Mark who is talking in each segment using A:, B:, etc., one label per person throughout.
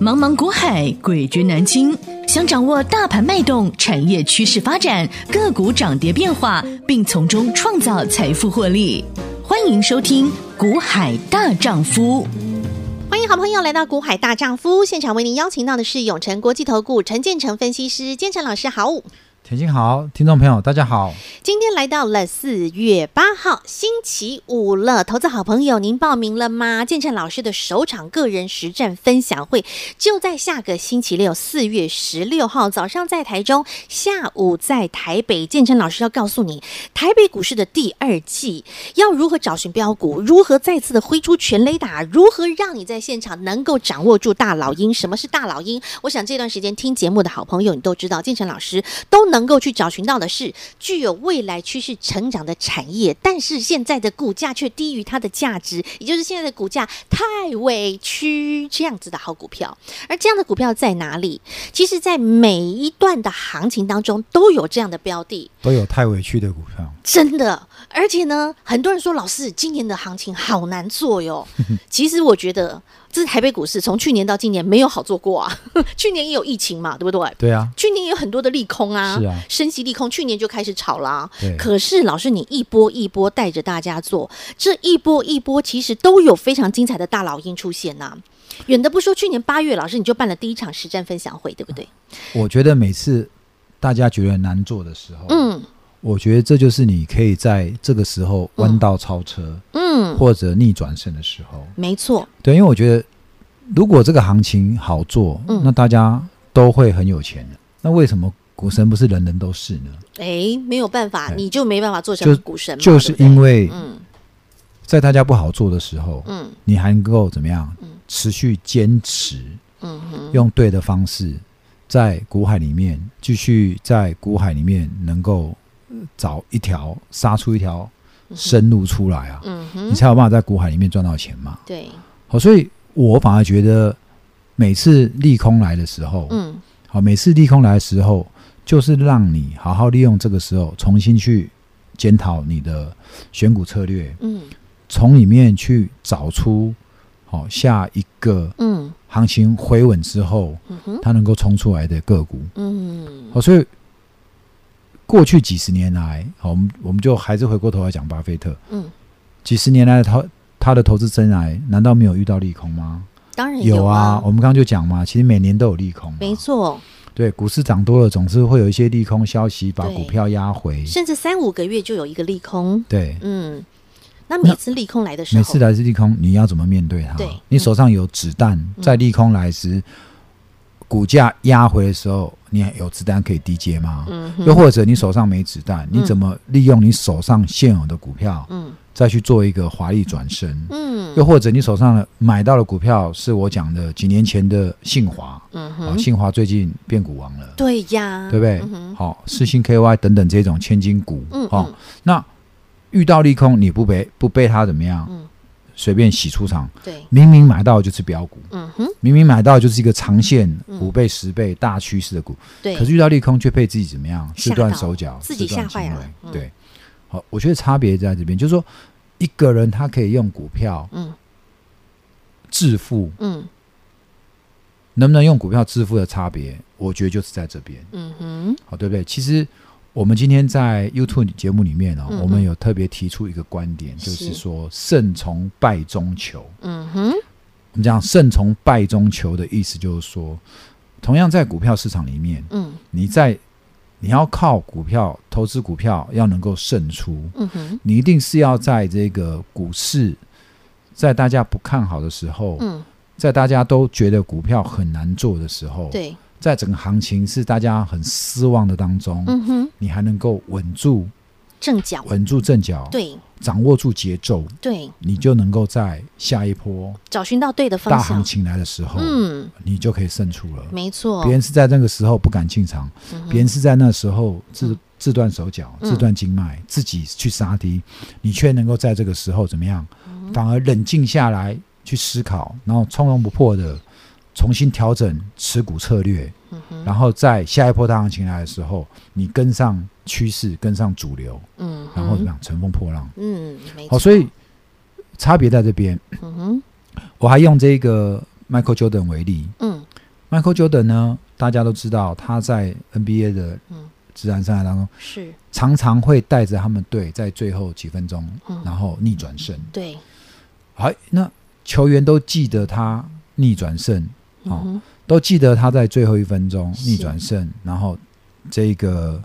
A: 茫茫股海，贵局难清。想掌握大盘脉动、产业趋势发展、个股涨跌变化，并从中创造财富获利，欢迎收听《股海大丈夫》。
B: 欢迎好朋友来到《股海大丈夫》现场，为您邀请到的是永诚国际投顾陈建成分析师，建成老师好。
C: 田心好，听众朋友大家好。
B: 今天来到了四月八号星期五了，投资好朋友，您报名了吗？建成老师的首场个人实战分享会就在下个星期六，四月十六号早上在台中，下午在台北。建成老师要告诉你，台北股市的第二季要如何找寻标股，如何再次的挥出全雷打，如何让你在现场能够掌握住大老鹰。什么是大老鹰？我想这段时间听节目的好朋友，你都知道，建成老师都能够去找寻到的是具有未来趋势成长的产业，但是现在的股价却低于它的价值，也就是现在的股价太委屈这样子的好股票。而这样的股票在哪里？其实，在每一段的行情当中都有这样的标的，
C: 都有太委屈的股票，
B: 真的。而且呢，很多人说老师今年的行情好难做 哟。其实我觉得，这台北股市从去年到今年没有好做过啊。 去年也有疫情嘛，对不对？
C: 对啊，
B: 去年也有很多的利空啊，
C: 是啊
B: 升息利空，去年就开始炒啦、
C: 对
B: 可是老师，你一波一波带着大家做，这一波一波其实都有非常精彩的大老鹰出现呐、啊远的不说，去年八月老师你就办了第一场实战分享会，对不对？
C: 我觉得每次大家觉得难做的时候，，
B: 嗯
C: 我觉得这就是你可以在这个时候弯道超车、
B: 嗯，
C: 或者逆转胜的时候。
B: 没错，
C: 对，因为我觉得如果这个行情好做，
B: 嗯
C: 那大家都会很有钱的。那为什么股神不是人人都是呢？
B: 哎，没有办法，
C: 对
B: 你就没办法做
C: 就
B: 成股神嘛，
C: 就是
B: 对不对
C: 因为
B: 嗯
C: 在大家不好做的时候，
B: 嗯
C: 你还能够怎么样
B: 嗯？
C: 持续坚持，
B: 嗯哼
C: 用对的方式，在股海里面继续在股海里面能够呃找一条杀出一条生路出来啊，
B: 嗯
C: 你
B: 哼，
C: 才有办法在股海里面赚到钱嘛。
B: 对，
C: 好，所以我反而觉得每次利空来的时候，
B: 嗯
C: 好，每次利空来的时候，就是让你好好利用这个时候，重新去检讨你的选股策略，
B: 嗯
C: 从里面去找出好下一个
B: 嗯
C: 行情回稳之后，
B: 嗯哼
C: 它能够冲出来的个股。
B: 嗯
C: 好，所以过去几十年来，好，我们我们就还是回过头来讲巴菲特。
B: 嗯，
C: 几十年来的投他的投资生涯，难道没有遇到利空吗？
B: 当然
C: 有
B: 啊
C: 啊，，我们刚刚就讲嘛，其实每年都有利空嘛。
B: 没，错，
C: 对，股市涨多了，总是会有一些利空消息把
B: 对
C: 股票压回。
B: 甚至三五个月就有一个利空，
C: 对，
B: 嗯，那每次利空来的时候，
C: 每次来自利空，你要怎么面对它？
B: 对嗯
C: 你手上有子弹，在利空来时，股价压回的时候，你还有子弹可以低接吗？
B: 嗯
C: 又
B: 哼，
C: 或者你手上没子弹，你
B: 嗯
C: 怎么利用你手上现有的股票，
B: 嗯
C: 再去做一个华丽转身？
B: 嗯
C: 又或者你手上的买到的股票是我讲的几年前的信华，
B: 嗯
C: 啊，
B: 哼，
C: 信华最近变股王了，
B: 对呀，
C: 对不对
B: 嗯？哼
C: 好，世新 KY 等等这种千金股
B: 嗯，
C: 哦
B: 嗯，
C: 那遇到利空你不被不被它怎么样
B: 嗯？
C: 随便洗出场，
B: 对，
C: 明明买到的就是标股，
B: 嗯哼，
C: 明明买到的就是一个长线
B: 嗯
C: 五倍、十倍大趋势的股，
B: 对，
C: 可是遇到利空却被自己怎么样？
B: 吓
C: 自
B: 到
C: 断手脚，
B: 自己
C: 自断
B: 吓坏
C: 行
B: 了
C: 为
B: 嗯
C: 对，好，我觉得差别在这边，就是说一个人他可以用股票
B: 嗯
C: 致富，
B: 嗯
C: 能不能用股票致富的差别，我觉得就是在这边，
B: 嗯哼，
C: 好，对不对？其实我们今天在 YouTube 节目里面哦，
B: 嗯嗯
C: 我们有特别提出一个观点，就是
B: 是
C: 说胜从败中求。
B: 嗯哼，
C: 我们讲胜从败中求的意思，就是说，同样在股票市场里面，
B: 嗯
C: 你在你要靠股票投资股票要能够胜出，
B: 嗯哼，
C: 你一定是要在这个股市，在大家不看好的时候，
B: 嗯，
C: 在大家都觉得股票很难做的时候，
B: 对，
C: 在整个行情是大家很失望的当中，
B: 嗯哼，
C: 你还能够稳住
B: 正脚，
C: 稳住阵脚，
B: 对
C: 掌握住节奏，
B: 对，
C: 你就能够在下一波
B: 找寻到对的
C: 大
B: 方
C: 行
B: 向，
C: 情来的时候，
B: 嗯，
C: 你就可以胜出了。
B: 没错，
C: 别人是在那个时候不敢进场，
B: 哦嗯哼
C: 别人是在那时候自
B: 嗯
C: 自断手脚、
B: 嗯
C: 自断经脉，自己去杀敌，你却能够在这个时候怎么样？
B: 嗯
C: 反而冷静下来去思考，然后从容不迫的重新调整持股策略，
B: 嗯哼，
C: 然后在下一波大行情来的时候，你跟上趋势，跟上主流，
B: 嗯
C: 然后怎
B: 哼，
C: 么样乘风破浪？
B: 嗯，没
C: 好，
B: 错，
C: 所以差别在这边。
B: 嗯哼，
C: 我还用这个 Michael Jordan 为例，
B: 嗯
C: Michael Jordan 呢，大家都知道他在 NBA 的
B: 嗯
C: 自然赛当中，
B: 是
C: 常常会带着他们队在最后几分钟
B: 嗯，
C: 然后逆转胜。
B: 对，
C: 好，那球员都记得他逆转胜，
B: 嗯
C: 哦
B: 哼，
C: 都记得他在最后一分钟
B: 是
C: 逆转胜，然后这个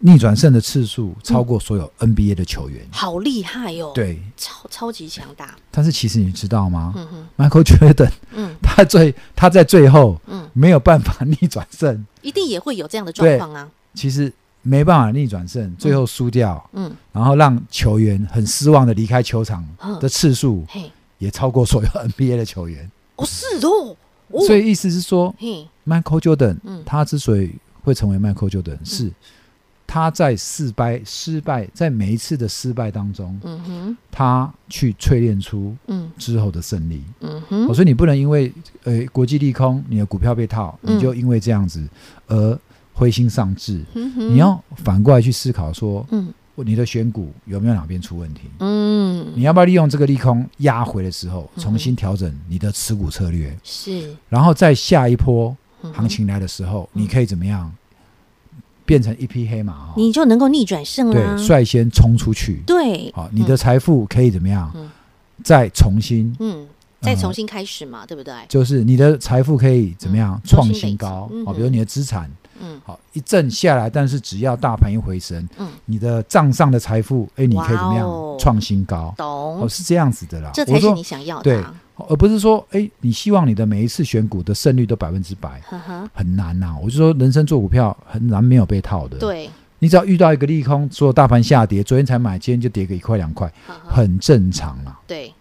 C: 逆转胜的次数超过所有 NBA 的球员。
B: 嗯好厉害哟、哦，，
C: 对，
B: 超超级强大，
C: 但是其实你知道吗、
B: 嗯哼，
C: m i c h a e l Jordan
B: 嗯
C: 他最他在最后
B: 嗯，
C: 没有办法 逆转胜，
B: 一定也会有这样的状况啊，
C: 其实没办法逆转胜，最后输掉，
B: 嗯，
C: 然后让球员很失望的离开球场
B: 嗯
C: 的次数
B: 嘿，
C: 也超过所有 NBA 的球员。
B: 哦是的哦，哦
C: 所以意思是说
B: 嘿，
C: ，Michael Jordan
B: 嗯
C: 他之所以会成为 Michael Jordan，是他在失败、失败，在每一次的失败当中，
B: 嗯哼，
C: 他去淬炼出
B: 嗯
C: 之后的胜利。
B: 嗯
C: 哦
B: 哼，
C: 所以你不能因为呃国际利空，你的股票被套，
B: 嗯
C: 你就因为这样子而灰心丧志。
B: 嗯哼，
C: 你要反过来去思考说，
B: 嗯
C: 你的选股有没有哪边出问题？
B: 嗯
C: 你要不要利用这个利空压回的时候，
B: 嗯
C: 重新调整你的持股策略，
B: 是
C: 然后在下一波
B: 嗯哼
C: 行情来的时候，
B: 嗯
C: 你可以怎么样变成一匹黑马哦？
B: 你就能够逆转胜啦
C: 对，，率先冲出去。
B: 对，
C: 好，你的财富可以怎么样
B: 嗯？
C: 再重新，
B: 嗯，再
C: 呃
B: 重新开始嘛，对不对？
C: 就是你的财富可以怎么样
B: 重新
C: 创
B: 累积
C: 新高
B: 嗯？
C: 好，
B: 哼
C: 比如你的资产，
B: 嗯，
C: 好一阵下来，但是只要大盘一回升
B: 嗯，
C: 你的账上的财富，哎，你可以怎么
B: 哇哦
C: 样创新高？哦，
B: 懂，
C: 是这样子的啦。
B: 这才
C: 我
B: 是
C: 说
B: 你想要的
C: 对
B: 啊，
C: 而不是说，哎，你希望你的每一次选股的胜率都百分之百，
B: 呵呵，
C: 很难呐、我就说，人生做股票很难没有被套的。，
B: 对，
C: 你只要遇到一个利空，所有大盘下跌，昨天才买，今天就跌个一块两块，
B: 呵呵，
C: 很正常啦、
B: 对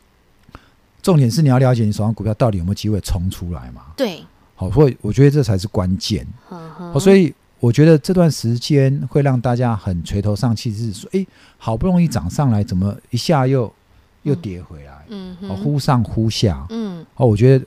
C: 重点是你要了解你手上股票到底有没有机会冲出来嘛？
B: 对，
C: 好，所以我觉得这才是关键。
B: 呵呵，
C: 哦，所以我觉得这段时间会让大家很垂头丧气，是说，哎，好不容
B: 嗯
C: 易涨上来，怎么一下又又跌回来？
B: 嗯
C: 哦，
B: 哼，
C: 忽上忽下。
B: 嗯，
C: 哦，我觉得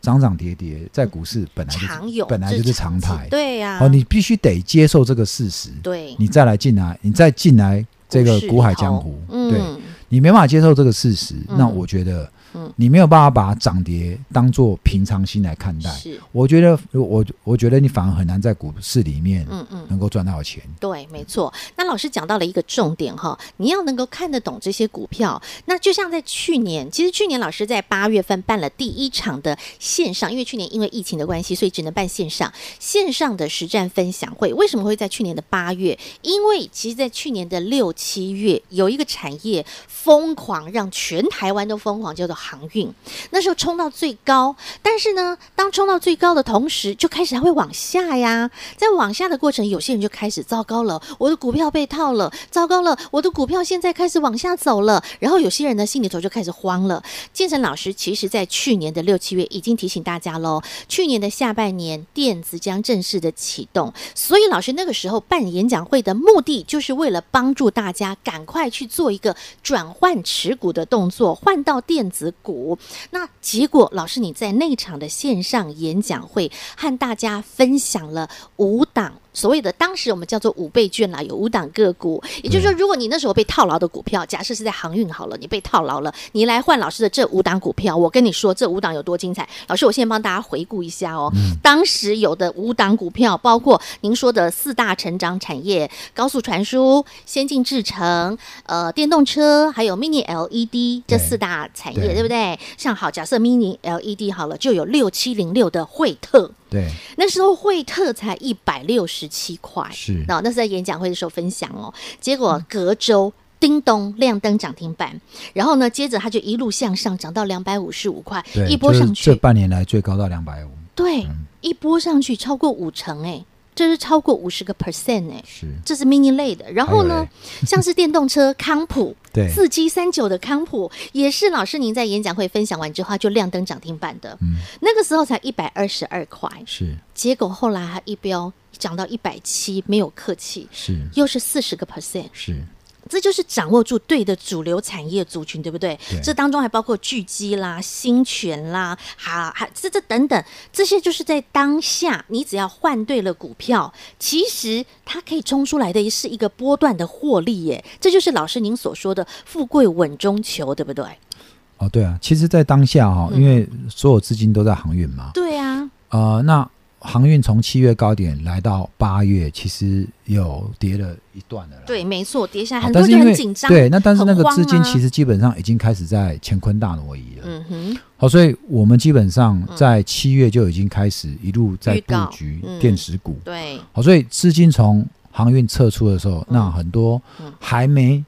C: 涨涨跌跌在股市本来就是
B: 常有，
C: 本来
B: 这
C: 就是
B: 常
C: 常
B: 识
C: 态。
B: 对呀，
C: 哦，你必须得接受这个事实，
B: 对
C: 你再来进来，你再进来这个
B: 市
C: 股海
B: 里头
C: 江湖，对
B: 嗯，
C: 你没办法接受这个事实，
B: 嗯
C: 那我觉得
B: 嗯，
C: 你没有办法把涨跌当做平常心来看待。
B: 是，
C: 我觉得，我我觉得你反而很难在股市里面
B: 嗯嗯。
C: 能够赚到钱。
B: 对，没错。那老师讲到了一个重点哈，你要能够看得懂这些股票。那就像在去年，其实去年老师在八月份办了第一场的线上，因为去年因为疫情的关系，所以只能办线上线上的实战分享会。为什么会在去年的八月？因为其实，在去年的六七月，有一个产业疯狂，让全台湾都疯狂，叫做航运。那时候冲到最高，但是呢，当冲到最高的同时，就开始还会往下呀。在往下的过程，有些人就开始糟糕了，我的股票被套了，糟糕了，我的股票现在开始往下走了。然后有些人呢，心里头就开始慌了。建成老师其实在去年的六七月已经提醒大家喽，去年的下半年电子将正式的启动，所以老师那个时候办演讲会的目的，就是为了帮助大家赶快去做一个转换持股的动作，换到电子股。那结果，老师你在那场的线上演讲会和大家分享了五档所谓的当时我们叫做五倍券啦，有五档个股。也就是说，如果你那时候被套牢的股票，假设是在航运好了，你被套牢了，你来换老师的这五档股票，我跟你说这五档有多精彩。老师，我现在帮大家回顾一下哦，当时有的五档股票，包括您说的四大成长产业、高速传输、先进制程、呃电动车，还有 Mini LED 这
C: 对
B: 四大产业，
C: 对
B: 对不对？像好，假设 Mini LED 好了，就有六七零六的惠特，
C: 对，
B: 那时候惠特才一百六十七块，
C: 是嗯
B: 那、那是在演讲会的时候分享哦。结果隔周。叮咚，亮灯涨停板，然后呢，接着它就一路向上，涨到两百五十五块，
C: 对，
B: 一波
C: 就是
B: 上去，
C: 这嗯半年来最高到两百五，
B: 对，一波上去超过五成、哎，这是超过五十个 percent，哎，
C: 是
B: 这是 mini 类的。然
C: 哎
B: 后呢，像是电动车康普，
C: 对
B: 四 G 三九的康普也是老师您在演讲会分享完之后它就亮灯涨停板的，
C: 嗯
B: 那个时候才一百二十二块，
C: 是
B: 结果后来它一飙涨到一百七，没有客气。
C: 是
B: 又是四十个 percent，
C: 是，
B: 这就是掌握住对的主流产业族群，对不对？
C: 对
B: 这当中还包括巨基啦、新泉啦，哈，还这这等等，这些就是在当下，你只要换对了股票，其实它可以冲出来的是一个波段的获利耶。这就是老师您所说的“富贵稳中求”，对不对？嗯
C: 哦，对啊，其实，在当下哈、哦，因为所有资金都在航运嘛，
B: 对啊，
C: 呃，那航运从七月高点来到八月，其实有跌了一段了啦。
B: 对，没错，跌下来
C: 好，
B: 很多
C: 但是
B: 人
C: 因为
B: 很紧张，，
C: 对，那但是
B: 很
C: 那个
B: 慌
C: 资金
B: 啊
C: 其实基本上已经开始在乾坤大挪移了。
B: 嗯哼，
C: 好，所以我们基本上在七月就已经开始一路在
B: 嗯预
C: 布
B: 告
C: 局
B: 嗯
C: 电子股。
B: 对，
C: 好，所以资金从航运撤出的时候，那很多
B: 嗯
C: 还没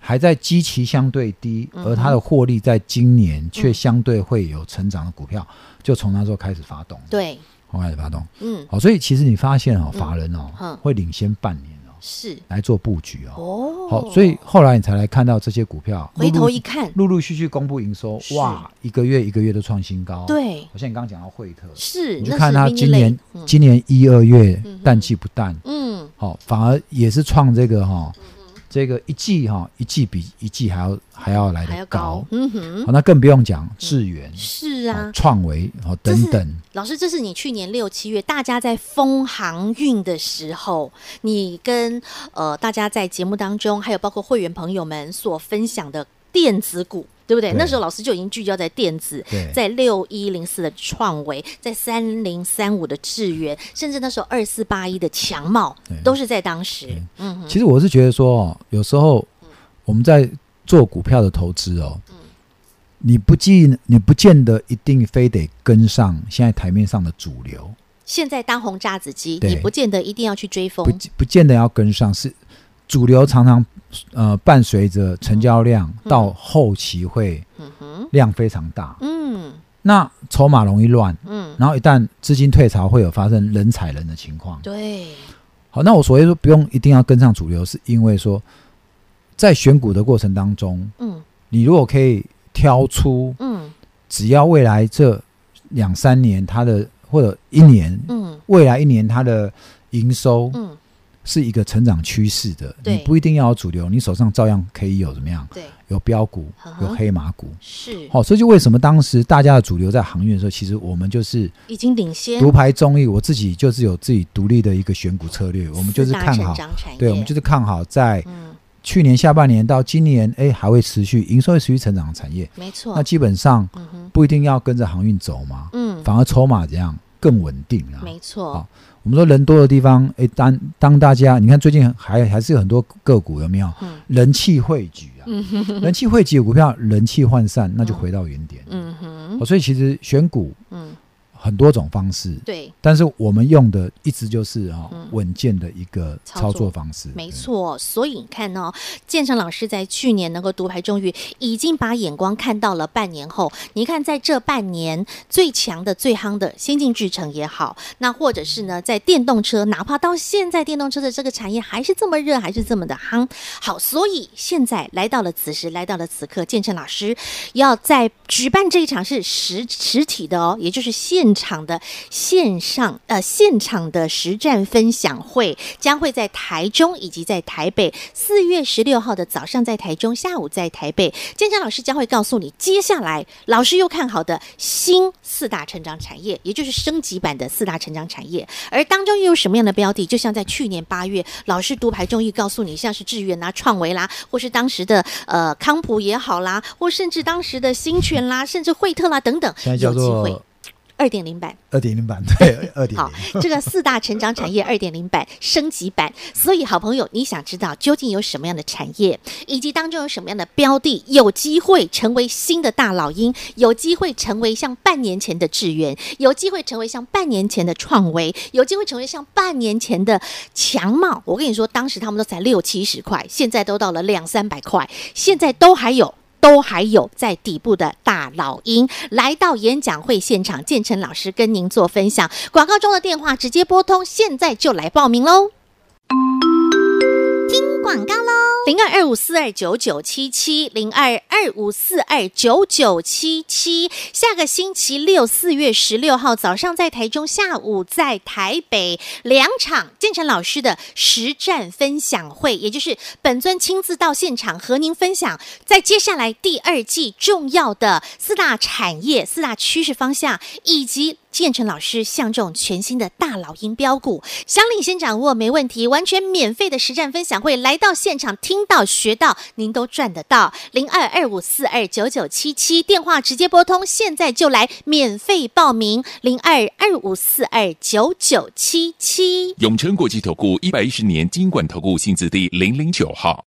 C: 还在基期相对低，
B: 嗯哼嗯
C: 而它的获利在今年却相对会有成长的股票，就从那时候开始发动，，哦
B: 对，
C: 开始发动。
B: 嗯，
C: 好，所以其实你发现哦，法人
B: 嗯
C: 哦会领先半年哦
B: 是，
C: 来做布局哦。
B: 哦，
C: 好，所以后来你才来看到这些股票
B: 回头
C: 陆陆
B: 一看，
C: 陆陆续续公布营收，
B: 是
C: 哇，一个月一个月都创新高。，哦
B: 对，
C: 好像你刚刚讲到惠特，
B: 是，
C: 你
B: 那
C: 去看
B: 是
C: 它
B: mini
C: 今
B: 类
C: 年
B: 嗯
C: 今年一二月
B: 嗯哼
C: 淡季不淡，
B: 嗯，
C: 好、反而也是创这个哈、这个一季哈、一季比一季还要还要来
B: 还要
C: 的
B: 高
C: 高。，
B: 嗯哼，嗯
C: 好、那更不用讲智源、
B: 是
C: 哦
B: 啊。
C: 创维哦
B: 这
C: 等
B: 是
C: 等。
B: 老师，这是你去年六七月大家在封航运的时候，你跟呃大家在节目当中，还有包括会员朋友们所分享的电子股，对不对？
C: 对
B: 那时候老师就已经聚焦在电子
C: 对，
B: 在六一零四的创维，在三零三五的智源，甚至那时候二四八一的强茂
C: 对，
B: 都是在当时。嗯哼，嗯
C: 其实我是觉得说哦，有时候我们在做股票的投资哦，你不记你不见得一定非得跟上现在台面上的主流，
B: 现在当红炸子鸡，
C: 对
B: 你不见得一定要去追
C: 不
B: 风。
C: 不见得要跟上，是主流常常呃伴随着成交量到后期会
B: 嗯哼，
C: 量非常大，
B: 嗯
C: 那筹码容易乱，
B: 嗯，
C: 然后一旦资金退潮，会有发生人踩人的情况。
B: 对，
C: 好，那我所谓说不用一定要跟上主流，是因为说在选股的过程当中，
B: 嗯
C: 你如果可以挑出
B: 嗯
C: 只要未来这两三年它的或者一年，
B: 嗯
C: 未来一年它的营收
B: 嗯，
C: 是一个成长趋势的，
B: 对
C: 你不一定要有主流，你手上照样可以有怎么样，
B: 对，
C: 有标股
B: 呵，呵
C: 有黑马股。
B: 是
C: 好、所以就为什么当时大家的主流在航运的时候，其实我们就是
B: 已经领先
C: 独排众议，我自己就是有自己独立的一个选股策略，我们就是
B: 四大
C: 看
B: 成
C: 好，
B: 长产业，
C: 对，我们就是看好在
B: 嗯，
C: 去年下半年到今年，哎，还会持续营收会持续成长的产业，
B: 没错
C: 那，基本上
B: 嗯哼，
C: 不一定要跟着航运走嘛，
B: 嗯，
C: 反而筹码怎样更稳定啊。
B: 没错
C: 好，我们说人多的地方，哎，当当大家你看最近还还是有很多个股有没有
B: 嗯
C: 人气汇聚啊？ 人气汇聚的股票人气涣散，那就
B: 嗯
C: 回到原点。
B: 嗯哼，
C: 哦所以其实选股
B: 嗯，
C: 很多种方式，
B: 对，
C: 但是我们用的一直就是啊、
B: 嗯
C: 稳健的一个操作方式，
B: 没错。所以你看哦，建成老师在去年能够独排众议，已经把眼光看到了半年后。你看，在这半年最强的、最夯的先进制程也好，那或者是呢，在电动车，哪怕到现在电动车的这个产业还是这么热，还是这么的夯。好，所以现在来到了此时，来到了此刻，建成老师要在举办这一场是实实体的哦，也就是现场的线上呃现场的实战分享会，将会在台中以及在台北，四月十六号的早上在台中，下午在台北。建成老师将会告诉你，接下来老师又看好的新四大成长产业，也就是升级版的四大成长产业，而当中又有什么样的标的？就像在去年八月，老师独排众议告诉你，像是智源啦、创维啦，或是当时的呃康普也好啦，或甚至当时的新泉啦，甚至惠特啦等等，
C: 现在叫
B: 有机会
C: 做
B: 二点零版。
C: 二点零版，对， 二点
B: 好
C: 零。，
B: 这个四大成长产业二点零版升级版，所以好朋友，你想知道究竟有什么样的产业，以及当中有什么样的标的有机会成为新的大老鹰，有机会成为像半年前的智源，有机会成为像半年前的创维，有机会成为像半年前的强茂。我跟你说，当时他们都才六七十块，现在都到了两三百块，现在都还有。都还有在底部的大老鹰来到演讲会现场，建成老师跟您做分享。广告中的电话直接拨通，现在就来报名喽！听广告喽，零二二五四二九九七七，零二二五四二九九七七。下个星期六，四月十六号早上在台中，下午在台北两场建成老师的实战分享会，也就是本尊亲自到现场和您分享，在接下来第二季重要的四大产业、四大趋势方向以及。建成老师像这种全新的大老鹰标股，想领先掌握没问题，完全免费的实战分享会，来到现场听到学到，您都赚得到。零二二五四二九九七七电话直接拨通，现在就来免费报名，零二二五四二九九七七。
D: 永诚国际投顾一百一十年金管投顾性质第零零九号。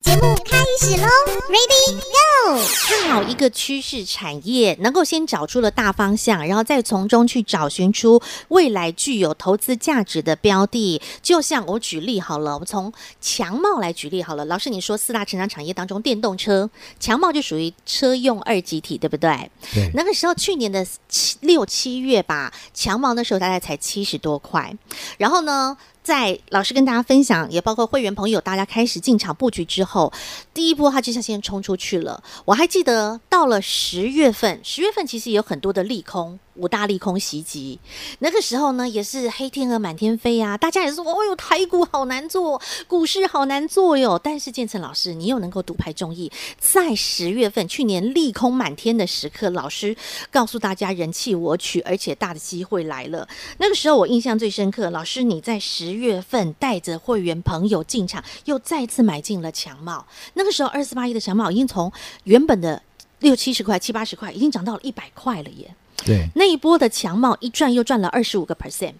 E: 节目开始喽，Ready Go！
B: 看好一个趋势产业，能够先找出了大方向，然后再从中去找寻出未来具有投资价值的标的。就像我举例好了，我们从强茂来举例好了。老师，你说四大成长产业当中，电动车强茂就属于车用二级体，对不对？
C: 对，
B: 那个时候去年的七六七月吧，强茂那时候大概才七十多块，然后呢，在老师跟大家分享，也包括会员朋友大家开始进场布局之后，第一波它就像先冲出去了。我还记得到了十月份，十月份其实有很多的利空，五大利空袭击，那个时候呢也是黑天鹅满天飞啊，大家也是说，哦呦，台股好难做，股市好难做哟。但是建成老师，你又能够独排众议，在十月份去年利空满天的时刻，老师告诉大家人气我取，而且大的机会来了。那个时候我印象最深刻，老师你在十月份带着会员朋友进场，又再次买进了强茂。那个时候二四八一的强茂已经从原本的六七十块、七八十块，已经涨到了一百块了耶。
C: 对，
B: 那一波的强茂一赚又赚了二十五个 percent，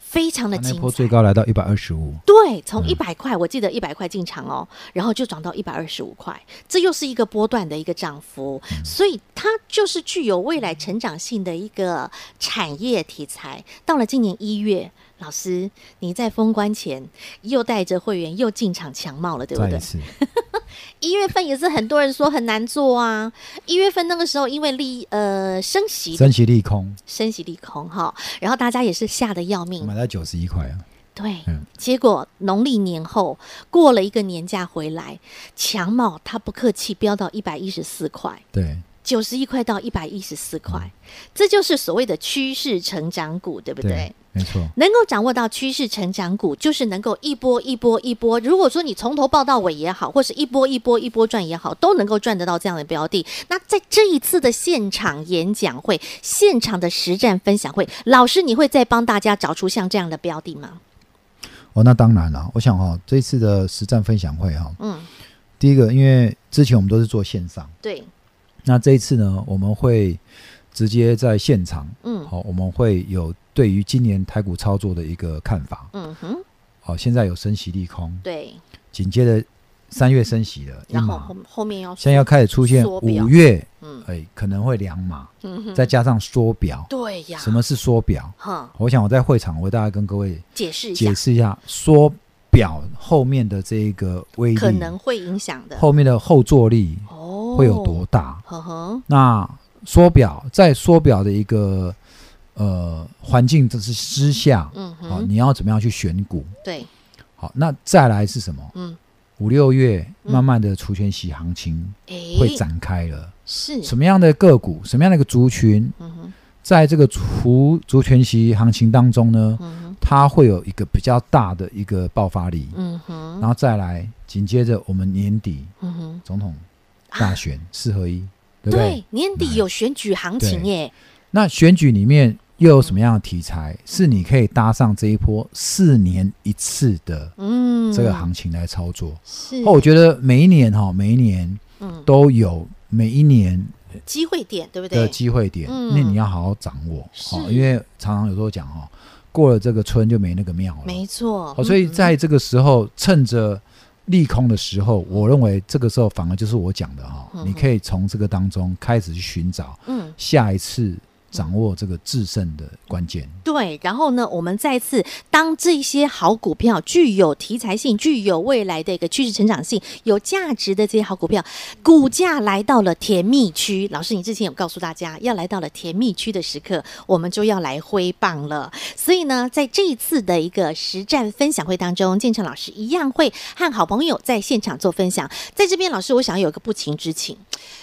B: 非常的
C: 那
B: 精
C: 波
B: 彩
C: 最。高来嗯到一百二十五，
B: 对，从一百块，我记得一百块进场哦，然后就涨到一百二十五块，这又是一个波段的一个涨幅，
C: 嗯
B: 所以它就是具有未来成长性的一个产业题材。到了今年一月，老师你在封关前又带着会员又进场强茂了，对不
C: 再
B: 对
C: 一？次，
B: 一月份也是很多人说很难做啊，一月份那个时候因为利呃升息
C: 升息利空，
B: 升息利空哈，然后大家也是吓得要命
C: 买，到九十一块啊，
B: 对，
C: 嗯
B: 结果农历年后过了一个年假回来，强茂它不客气飙到一百一十四块，
C: 对，
B: 九十一块到一百一十四块，这就是所谓的趋势成长股，对不对？
C: 对，没错，
B: 能够掌握到趋势成长股，就是能够一波一波一波。如果说你从头报到尾也好，或是一波一波一波赚也好，都能够赚得到这样的标的。那在这一次的现场演讲会、现场的实战分享会，老师你会再帮大家找出像这样的标的吗？
C: 哦，那当然了，我想哈，这一次的实战分享会哈，
B: 嗯，
C: 第一个，因为之前我们都是做线上，
B: 对，
C: 那这一次呢，我们会直接在现场，
B: 嗯
C: 好、我们会有对于今年台股操作的一个看法。
B: 嗯哼，
C: 好、现在有升息利空，
B: 对，
C: 紧接着三月升息了一
B: 然后
C: 码
B: 后，后面要
C: 现在要开始出现
B: 缩表
C: 五月，
B: 嗯
C: 哎，可能会两码，
B: 嗯哼，
C: 再加上缩表。
B: 对呀，
C: 什么是缩表？
B: 哼，
C: 我想我在会场，我大概跟各位
B: 解释一下
C: 解，释一下缩表后面的这个威力，
B: 可能会影响的
C: 后面的后坐力
B: 哦，
C: 会有多大？
B: 呵呵，
C: 那缩表在缩表的一个呃环境之之下，
B: 嗯
C: 好、
B: 哼，
C: 你要怎么样去选股？
B: 对，
C: 好，那再来是什么？
B: 嗯，
C: 五六月
B: 嗯
C: 慢慢的除权息行情
B: 诶，
C: 会展开了，
B: 是，
C: 什么样的个股，什么样的一个族群，
B: 嗯哼，
C: 在这个除除权息行情当中呢，
B: 嗯哼，
C: 它会有一个比较大的一个爆发力，
B: 嗯哼，
C: 然后再来紧接着我们年底
B: 嗯哼，
C: 总统大选四合一，对不对
B: 啊对，年底有选举行情耶，
C: 那选举里面又有什么样的题材是你可以搭上这一波四年一次的
B: 嗯，
C: 这个行情来操作？
B: 是
C: 哦，我觉得每一年哈、每一年
B: 嗯，
C: 都有每一年
B: 机会点对不
C: 的
B: 对？
C: 机会点，
B: 嗯
C: 那你要好好掌握哦，
B: 是
C: 因为常常有时候讲哦，过了这个村就没那个庙了。
B: 没错，
C: 哦，所以
B: 嗯
C: 在这个时候，趁着利空的时候，我认为这个时候反而就是我讲的哈、
B: 嗯
C: 你可以从这个当中开始去寻找
B: 嗯。
C: 下一次掌握这个制胜的关键。
B: 对，然后呢，我们再次当这些好股票具有题材性、具有未来的一个趋势成长性、有价值的这些好股票，股价来到了甜蜜区。老师，你之前有告诉大家，要来到了甜蜜区的时刻，我们就要来挥棒了。所以呢，在这一次的一个实战分享会当中，建成老师一样会和好朋友在现场做分享。在这边，老师，我想有个不情之请，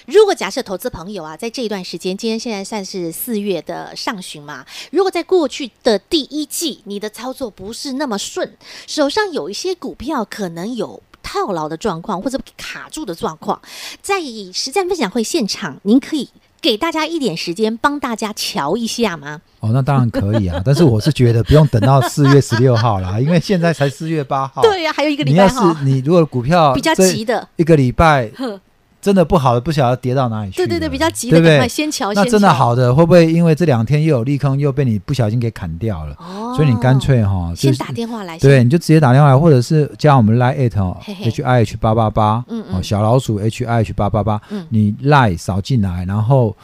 B: 如果假设投资朋友啊，在这一段时间，今天现在算是四月的上旬嘛，如果在过去的第一季，你的操作不是那么顺，手上有一些股票可能有。套牢的状况或者卡住的状况，在实战分享会现场，您可以给大家一点时间，帮大家瞧一下吗？
C: 哦，那当然可以啊， 但是我是觉得不用等到四月十六号 啦，因为现在才四月八号。
B: 对呀、还有一个礼
C: 哦你
B: 拜
C: 要
B: 哈
C: 是，啊你如果股票
B: 比较
C: 这
B: 急的，
C: 一个礼拜
B: 呵
C: 真的不好的，不晓得跌到哪里去
B: 对
C: 了。
B: 对对，比较急的，
C: 对不
B: 赶快
C: 对？
B: 先瞧，
C: 那
B: 先
C: 真的
B: 瞧，
C: 好的，会不会因为这两天又有利空，又被你不小心给砍掉了？
B: 哦
C: 所以你干脆哈，就
B: 先
C: 是
B: 打电话来，
C: 对，你就直接打电话来，或者是加我们 Line at 哦
B: 嘿嘿
C: ，H I H 八八八，
B: 嗯嗯
C: 哦，小老鼠 H I H 八八八
B: 嗯，
C: 你 Line 扫进来，然后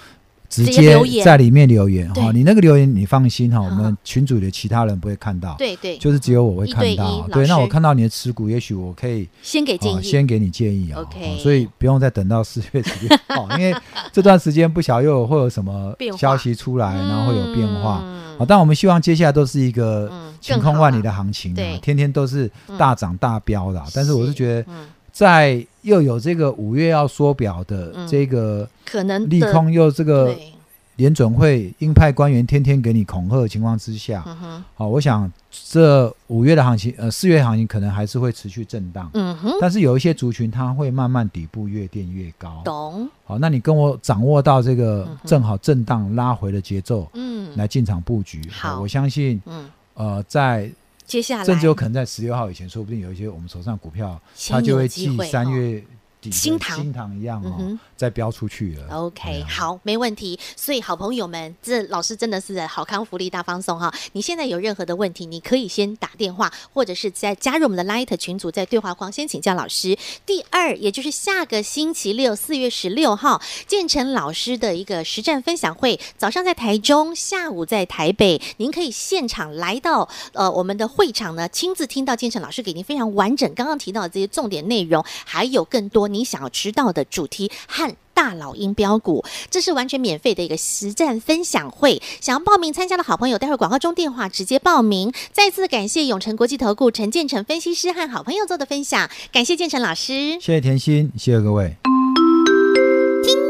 C: 直
B: 直接
C: 接
B: 留言
C: 在里面留言哈、
B: 对
C: 哦，你那个留言你放心哈、哦，我
B: 好
C: 们群组里的其他人不会看到，
B: 对对，
C: 就是只有我会
B: 一
C: 看
B: 对一
C: 到，
B: 老
C: 对，那
B: 师
C: 我看到你的持股，也许我可以
B: 先给建
C: 哦，
B: 议，
C: 先给你建议啊、哦
B: OK
C: 所以不用再等到四月十六 号，因为这段时间不晓得又有会有什么
B: 变化
C: 消息出来，然后会有变化。哦
B: 嗯
C: 好，但我们希望接下来都是一个
B: 嗯
C: 晴
B: 更
C: 空
B: 好
C: 万
B: 啦
C: 里的行情
B: 对
C: 啊，天天都是大涨大飙的啊、但是我是觉得，
B: 嗯，
C: 在又有这个五月要缩表的
B: 嗯
C: 这个
B: 可能
C: 利
B: 的，
C: 空，又这个
B: 对，
C: 联准会鹰派官员天天给你恐吓的情况之下，
B: 嗯哼，
C: 好，我想这五月的行情，呃，四月行情可能还是会持续震荡。
B: 嗯哼，
C: 但是有一些族群，它会慢慢底部越垫越高。
B: 懂，
C: 好，那你跟我掌握到这个
B: 嗯哼
C: 正好震荡拉回的节奏，
B: 嗯，
C: 来进场布局。
B: 好
C: 我相信，
B: 嗯，
C: 呃，在
B: 接下来
C: 甚至有可能在十六号以前，说不定有一些我们手上股票，
B: 先
C: 它就
B: 有
C: 会
B: 机
C: 继
B: 会
C: 三
B: 哦
C: 月底的
B: 新塘
C: 新塘一样
B: 嗯
C: 哦
B: 哼，
C: 再飙出去了。对
B: OK，
C: 啊
B: 好，没问题。所以好朋友们，这老师真的是好康福利大放送哈！你现在有任何的问题，你可以先打电话，或者是在加入我们的 Light 群组，在对话框先请教老师。第二，也就是下个星期六，四月十六号，建成老师的一个实战分享会，早上在台中，下午在台北，您可以现场来到呃我们的会场呢，亲自听到建成老师给您非常完整刚刚提到的这些重点内容，还有更多你想要知道的主题和大老鹰标股，这是完全免费的一个实战分享会。想要报名参加的好朋友，待会儿广告中电话直接报名。再次感谢永诚国际投顾陈建成分析师和好朋友做的分享，感谢建成老师。
C: 谢谢甜心，谢谢各位。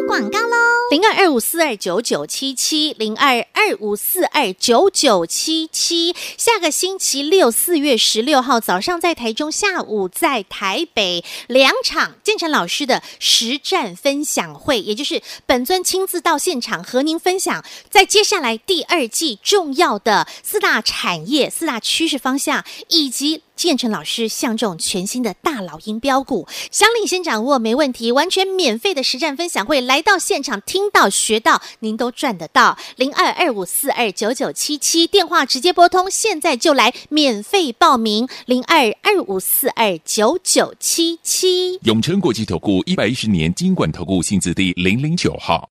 B: 广告喽，零二二五四二九九七七，零二二五四二九九七七。下个星期六，四月十六号早上在台中，下午在台北两场建成老师的实战分享会，也就是本尊亲自到现场和您分享，在接下来第二季重要的四大产业、四大趋势方向以及。建成老师相中全新的大老鹰标股，想领先掌握没问题，完全免费的实战分享会，来到现场听到学到，您都赚得到。零二二五四二九九七七电话直接拨通，现在就来免费报名，零二二五四二九九七七。
D: 永诚国际投顾一百一十年金管投顾性质第零零九号。